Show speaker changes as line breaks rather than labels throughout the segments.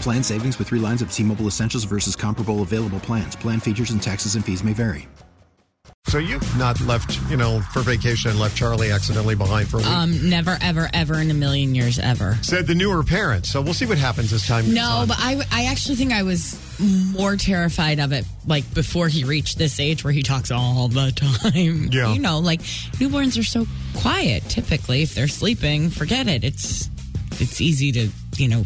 Plan savings with three lines of T Mobile Essentials versus comparable available plans. Plan features and taxes and fees may vary.
So you've not left, you know, for vacation and left Charlie accidentally behind for a week.
Um, never, ever, ever in a million years, ever.
Said the newer parent. So we'll see what happens this time. goes
No,
on.
but I, I actually think I was more terrified of it, like before he reached this age where he talks all the time.
Yeah.
you know, like newborns are so quiet. Typically, if they're sleeping, forget it. It's it's easy to you know.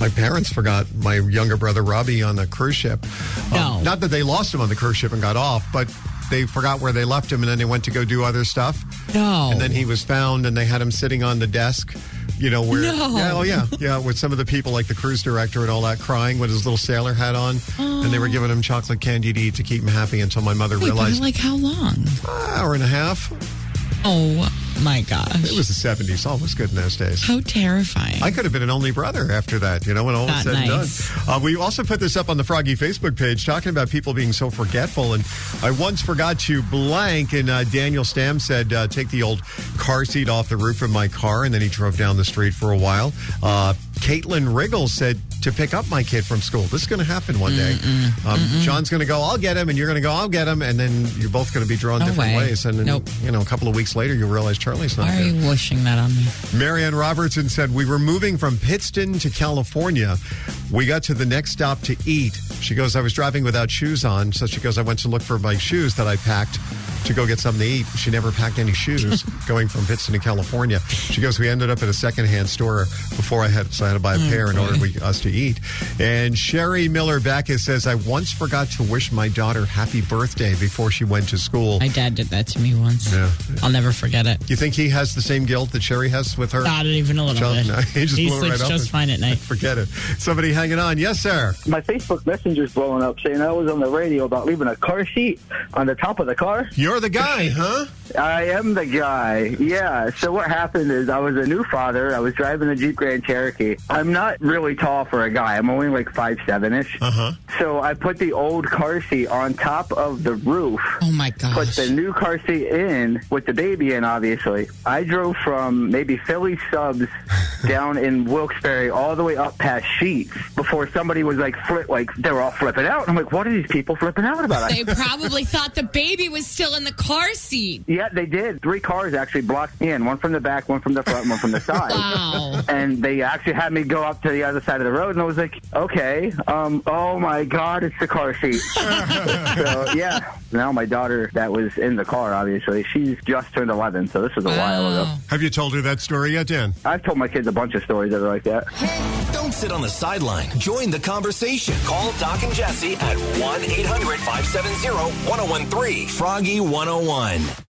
my parents forgot my younger brother Robbie on the cruise ship. Um,
No.
not that they lost him on the cruise ship and got off, but they forgot where they left him, and then they went to go do other stuff.
No,
And then he was found, and they had him sitting on the desk. You know where?
No.
Yeah, oh yeah, yeah. With some of the people, like the cruise director and all that, crying with his little sailor hat on, and they were giving him chocolate candy to eat to keep him happy until my mother
Wait, Oh. but
realized "Ah,
like how long?
hour and a half.
Oh my gosh,
It was the seventies. All was good in those days.
how terrifying!
I could have been an only brother after that, you know, when all was
Not
said
nice.
and done. Uh, we also put this up on the Froggy Facebook page, talking about people being so forgetful. And I once forgot to blank, and uh, Daniel Stam said, uh, "Take the old car seat off the roof of my car," and then he drove down the street for a while. Uh, Caitlin Riggle said to pick up my kid from school. This is going to happen one day. Um, John's going to go, "I'll get him," and you're going to go, "I'll get him," and then you're both going to be drawn
No
different
way.
ways. And then,
Nope.
you know, a couple of weeks later, you realize Charlie's not
Why
there.
are you wishing that on me?
Marianne Robertson said, We were moving from Pittston to California. We got to the next stop to eat. She goes, I was driving without shoes on. So she goes, I went to look for my shoes that I packed to go get something to eat. She never packed any shoes going from Pittston to California. She goes, We ended up at a secondhand store before I had, so I had to buy a pair in order we, us to eat. And Sherry Miller Backus says, I once forgot to wish my daughter happy birthday before she went to school.
My dad did that to me once.
Yeah.
I'll never forget it.
you think he has the same guilt that Sherry has with her?
Not even a little
John-
bit.
no, he just blew it
sleeps
right off
just
his-
fine at night.
Forget it. Somebody hanging on. Yes, sir.
my Facebook messenger's blowing up saying I was on the radio about leaving a car seat on the top of the car.
You're the guy, huh?
I am the guy. Yeah. So what happened is I was a new father. I was driving a Jeep Grand Cherokee. I'm not really tall for a guy. I'm only like five seven ish. Uh huh. So I put the old car seat on top of the roof.
Oh my gosh.
Put the new car seat in with the baby in, obviously. I drove from maybe Philly subs down in Wilkes-Barre all the way up past Sheets before somebody was like flip, like they were all flipping out. I'm like, what are these people flipping out about?
They probably thought the baby was still in the car seat.
yeah, they did. Three cars actually blocked me in, one from the back, one from the front, and one from the side.
Wow.
And they actually had me go up to the other side of the road, and I was like, "Okay, um, oh my God, it's the car seat." so yeah, now my daughter that was in the car, obviously, she's just turned 11, so this was a while ago.
Have you told her that story yet, Dan?
I've told my kids a bunch of stories that are like that.
Don't sit on the sideline. Join the conversation. Call Doc and oh Jesse at 1 800 570 1013. Froggy 101.